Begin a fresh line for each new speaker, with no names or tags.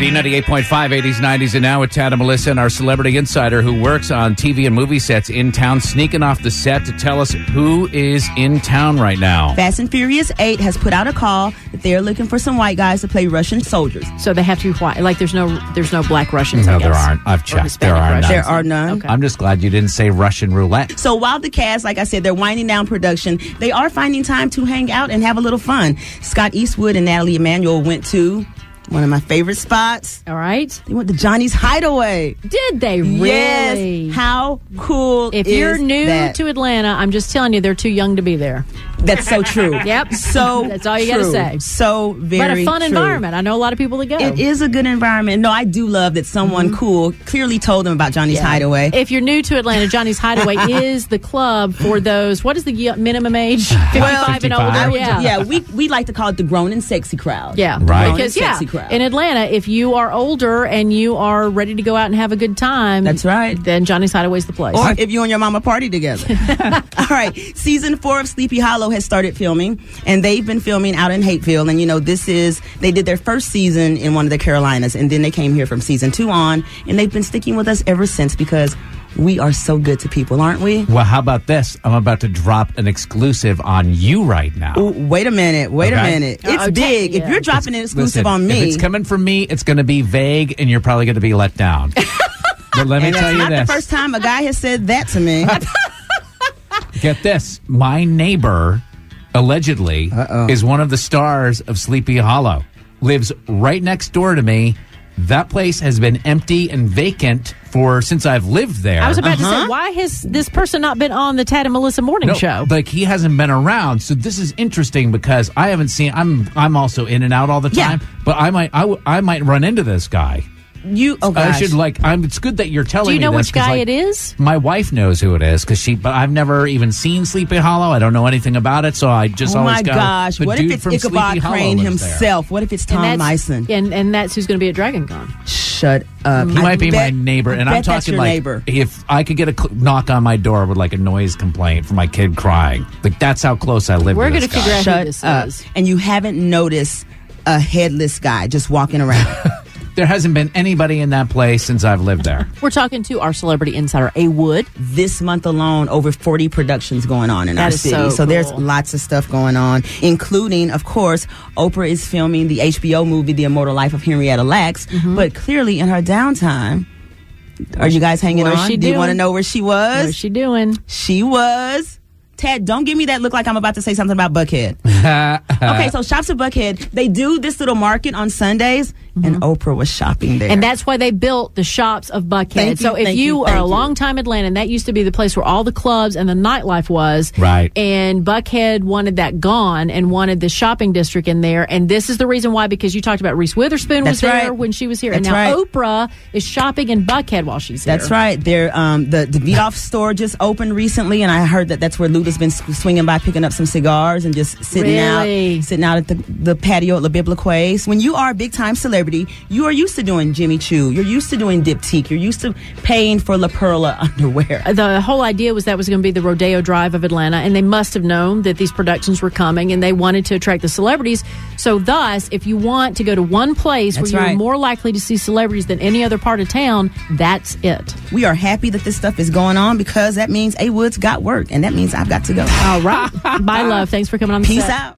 B 98.5, 80s, 90s, and now with Tad and Melissa and our celebrity insider who works on TV and movie sets in town, sneaking off the set to tell us who is in town right now.
Fast and Furious 8 has put out a call that they are looking for some white guys to play Russian soldiers.
So they have to be white. Like there's no there's no black Russians.
No,
I
there
guess.
aren't. I've
Or
checked. There
Hispanic
are
Russians.
none.
There are none.
Okay.
I'm just glad you didn't say Russian roulette.
So while the cast, like I said, they're winding down production, they are finding time to hang out and have a little fun. Scott Eastwood and Natalie Emanuel went to one of my favorite spots.
All right.
They went to Johnny's Hideaway.
Did they really?
Yes. How cool
if
is
you're new
that?
to Atlanta, I'm just telling you, they're too young to be there.
That's so true.
Yep.
So
That's all you gotta
true.
say.
So
But
very
a fun
true.
environment. I know a lot of people that go.
It is a good environment. No, I do love that someone
Mm-hmm.
cool clearly told them about Johnny's Hideaway.
If you're new to Atlanta, Johnny's Hideaway is the club for those. What is the ye- minimum age? 55 and
55.
older.
I would-
yeah.
yeah, we we like to call it the grown and sexy crowd.
Yeah,
Right.
Because
Grown and
yeah,
sexy crowd.
in Atlanta, if you are older and you are ready to go out and have a good time,
That's right.
Then Johnny's Hideaway's the place.
Or if you and your mama party together. All right. Season four of Sleepy Hollow has started filming, and they've been filming out in Haitville. And, you know, this is, they did their first season in one of the Carolinas, and then they came here from season two on, and they've been sticking with us ever since because we are so good to people, aren't we?
Well, how about this? I'm about to drop an exclusive on you right now.
Ooh, wait a minute. Wait a
Okay.
minute. It's
Uh-oh,
big.
yeah.
If you're dropping an exclusive
Listen,
on me,
If it's coming from me, it's going to be vague, and you're probably going to be let down. but let me
and
tell
that's
you
not
this.
the first time a guy has said that to me.
Get this. My neighbor, allegedly, is one of the stars of Sleepy Hollow. Lives right next door to me. That place has been empty and vacant for since I've lived there.
I was about to
Uh-huh.
say, why has this person not been on the Tad and Melissa Morning
Oh, No,
Show?
Like he hasn't been around, so this is interesting because I haven't seen. I'm I'm also in and out all the
Yeah.
time, but I might I, w- I might run into this guy.
you, oh gosh.
I should like. I'm. It's good that you're telling.
Do you know
me this
which
'cause,
guy
like,
it is?
My wife knows who it is because she. But I've never even seen Sleepy Hollow. I don't know anything about it, so I just
Oh
always
my
go.
gosh!
"The
What if
dude
it's
from Sleepy
Ichabod
Hollow
Crane
lives there."
himself? What if it's Tom
and that's-
Mison?
And, and that's who's going to be at DragonCon.
Shut up!
He
I
might be
bet-
my neighbor, and I'm
I bet that's
talking
your
like
neighbor.
if I could get a cl- knock on my door with like a noise complaint for my kid crying. Like that's how close I live.
We're
going
gonna
to this guy.
figure out- who
Shut
this
up!
is.
And you haven't noticed a headless guy just walking around.
There hasn't been anybody in that place since I've lived there.
We're talking to our celebrity insider, A Wood.
this month alone, over forty productions going on in
That
our
is
city.
so
there's
cool.
lots of stuff going on, including, of course, Oprah is filming the HBO movie "The Immortal Life of Henrietta Lacks."
Mm-hmm.
But clearly, in her downtime, are you guys hanging
What is
on?
she
Do you
doing?
want to know where she was?
What's she doing?
She was. Ted, don't give me that look like I'm about to say something about Buckhead. okay, so shops at Buckhead, they do this little market on Sundays, and Oprah was shopping there.
Mm-hmm. And that's why they built the shops of Buckhead.
Thank you,
so if
thank
you,
you,
are
thank
a
you.
long time Atlantan, that used to be the place where all the clubs and the nightlife was.
Right.
And Buckhead wanted that gone and wanted the shopping district in there. And this is the reason why, because you talked about Reese Witherspoon
That's
was there
right.
when she was here. and
That's
now
right.
Oprah is shopping in Buckhead while she's here.
That's right. There, um, the the beat off store just opened recently, and I heard that that's where Luda's been s- swinging by, picking up some cigars and just sitting
Really?
out, sitting out at the, the patio at La Biblique's. When you are a big time celebrity, you are used to doing Jimmy Choo, you're used to doing Diptyque, you're used to paying for La Perla underwear.
the whole idea was that was going to be the rodeo drive of Atlanta, and they must have known that these productions were coming, and they wanted to attract the celebrities. So, thus, if you want to go to one place
That's
where you're
right.
more likely to see celebrities than any other part of town, that's it.
We are happy that this stuff is going on because that means A Woods got work, and that means I've got to go.
All right, bye, love. Thanks for coming on. The
Peace
set.
out.